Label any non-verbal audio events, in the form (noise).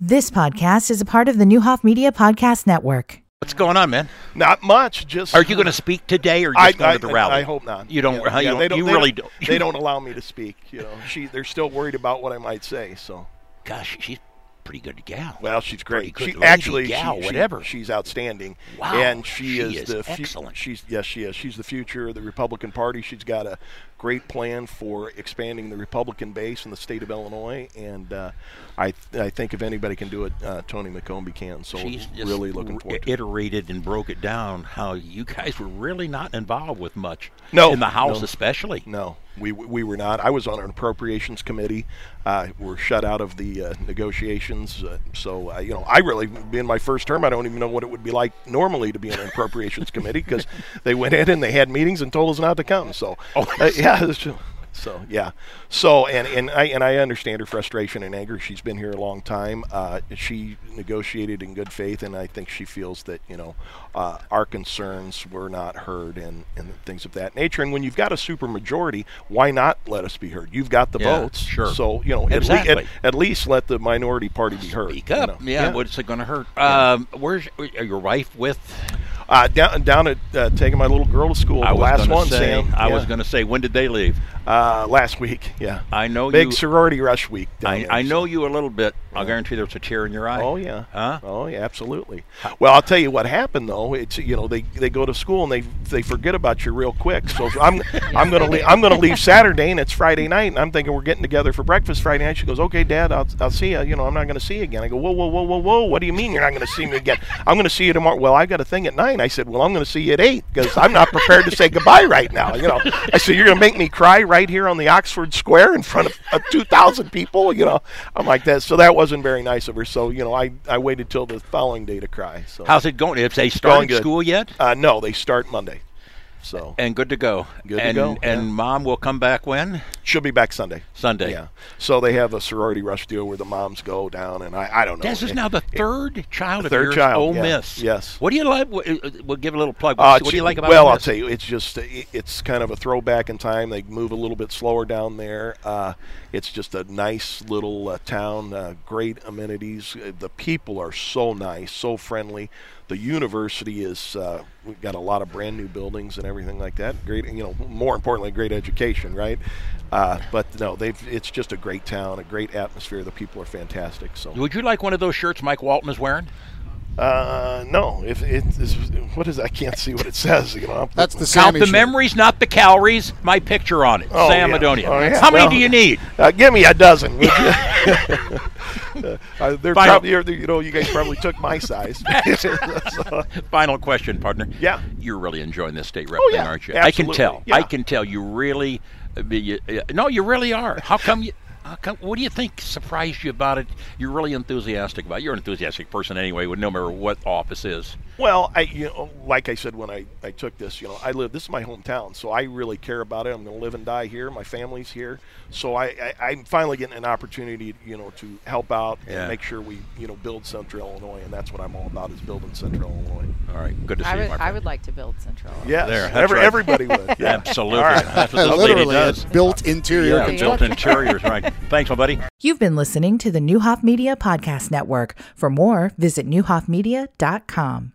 This podcast is a part of the Newhoff Media Podcast Network. What's going on, man? Not much. Just Are you going to speak today, or I, just going I- to the I- rally? I hope not. You don't. Yeah, huh, you yeah, don't- they don't. you they really don't. don't. (laughs) They don't allow me to speak. You know, she. They're still worried about what I might say. So. Gosh, she's a pretty good gal. Well, she's great. Pretty good She lady, actually, gal, she- she- whatever. she's outstanding. Wow, and she, she is, is the fu- excellent. She's yes, she is. She's the future of the Republican Party. She's got a great plan for expanding the Republican base in the state of Illinois, and uh, I, th- I think if anybody can do it, uh, Tony McCombie can. So she's just really looking forward to it. iterated and broke it down how you guys were really not involved with much. No, in the house no. especially. No, we, we were not. I was on an appropriations committee. Uh, we're shut out of the uh, negotiations. Uh, so, uh, you know, I really, in my first term, I don't even know what it would be like normally to be on an appropriations committee because they went in and they had meetings and told us not to come. So, Oh, uh, (laughs) yeah. it's ju- So yeah, so and, and I and I understand her frustration and anger. She's been here a long time. Uh, she negotiated in good faith, and I think she feels that you know uh, our concerns were not heard and, and things of that nature. And when you've got a super majority, why not let us be heard? You've got the Yeah, votes, sure. So you know, at, le- at- Exactly. at, least let the minority party be heard. Speak you up. know? yeah, What's it going to hurt? Um, where's are your wife with? Uh, down down at uh, taking my little girl to school. I the was last gonna one, say, Sam. I Yeah. was going to say, when did they leave? uh, last week. Yeah, I know big you- sorority rush week. down I, there, I know so- you a little bit. I'll guarantee there's a tear in your eye. Oh yeah. Huh? Oh yeah, absolutely. Well, I'll tell you what happened though. It's you know they, they go to school and they they forget about you real quick. So I'm I'm gonna leave, I'm gonna leave Saturday and it's Friday night and I'm thinking we're getting together for breakfast Friday night. She goes, okay, Dad, I'll, I'll see you. You know I'm not gonna see you again. I go, whoa whoa whoa whoa whoa. What do you mean you're not gonna see me again? I'm gonna see you tomorrow. Well, I got a thing at nine. I said, well, I'm gonna see you at eight because I'm not prepared to say goodbye right now. You know, I said you're gonna make me cry right here on the Oxford Square in front of uh, two thousand people. You know, I'm like that. So that wasn't very nice of her. So you know, I I waited till the following day to cry. So How's it going? Have they Going started good. school yet? uh, no, they start Monday. So And good to go. Good to and, go, And yeah. mom will come back when she'll be back Sunday. Sunday. Yeah. So they have a sorority rush deal where the moms go down, and I, I don't know. This is now the third child of third yours, child, Ole yeah. Miss. Yes. What do you like? wh- uh, We'll give a little plug. Uh, What, what do you like about Well, Ole I'll Miss? tell you, it's just it, it's kind of a throwback in time. They move a little bit slower down there. Uh, it's just a nice little uh, town. Uh, great amenities. Uh, The people are so nice, so friendly. The university is uh, we've got a lot of brand new buildings and everything like that. Great, you know, more importantly, great education, right? Uh, but no, they've it's just a great town, a great atmosphere. The people are fantastic. So Would you like one of those shirts Mike Walton is wearing? uh, no, if it is what is I can't see what it says. You know, I'm- That's the Count Sammy the show. memories, not the calories. My picture on it. Oh, Sam yeah. Adonia. Oh, yeah. How many Well, do you need? Uh, give me a dozen. would you? (laughs) uh, Final. they're probably, you know, you guys probably took my size. (laughs) So, Final question, partner. Yeah. You're really enjoying this state rep Oh, thing, yeah. aren't you? I can Absolutely. tell. Yeah. I can tell. You really. uh, be- you- uh, No, you really are. How come you. How come, what do you think surprised you about it? You're really enthusiastic about it. You're an enthusiastic person anyway, no matter what office is. well, I, you know, like I said when I, I took this, you know, I live. This is my hometown, so I really care about it. I'm going to live and die here. My family's here, so I, I I'm finally getting an opportunity, you know, to help out and Yeah. make sure we, you know, build Central Illinois, and that's what I'm all about is building Central Illinois. All right. Good to see I you, would, my I friend. would like to build Central. Yes, There, that's every, right. (laughs) everybody would. Yeah. Absolutely. All right. That's what Yeah, this lady literally, it's Oh, does. built interior Yeah, construction. built interiors, right. Thanks, my buddy. You've been listening to the Newhoff Media Podcast Network. For more, visit newhoffmedia.com.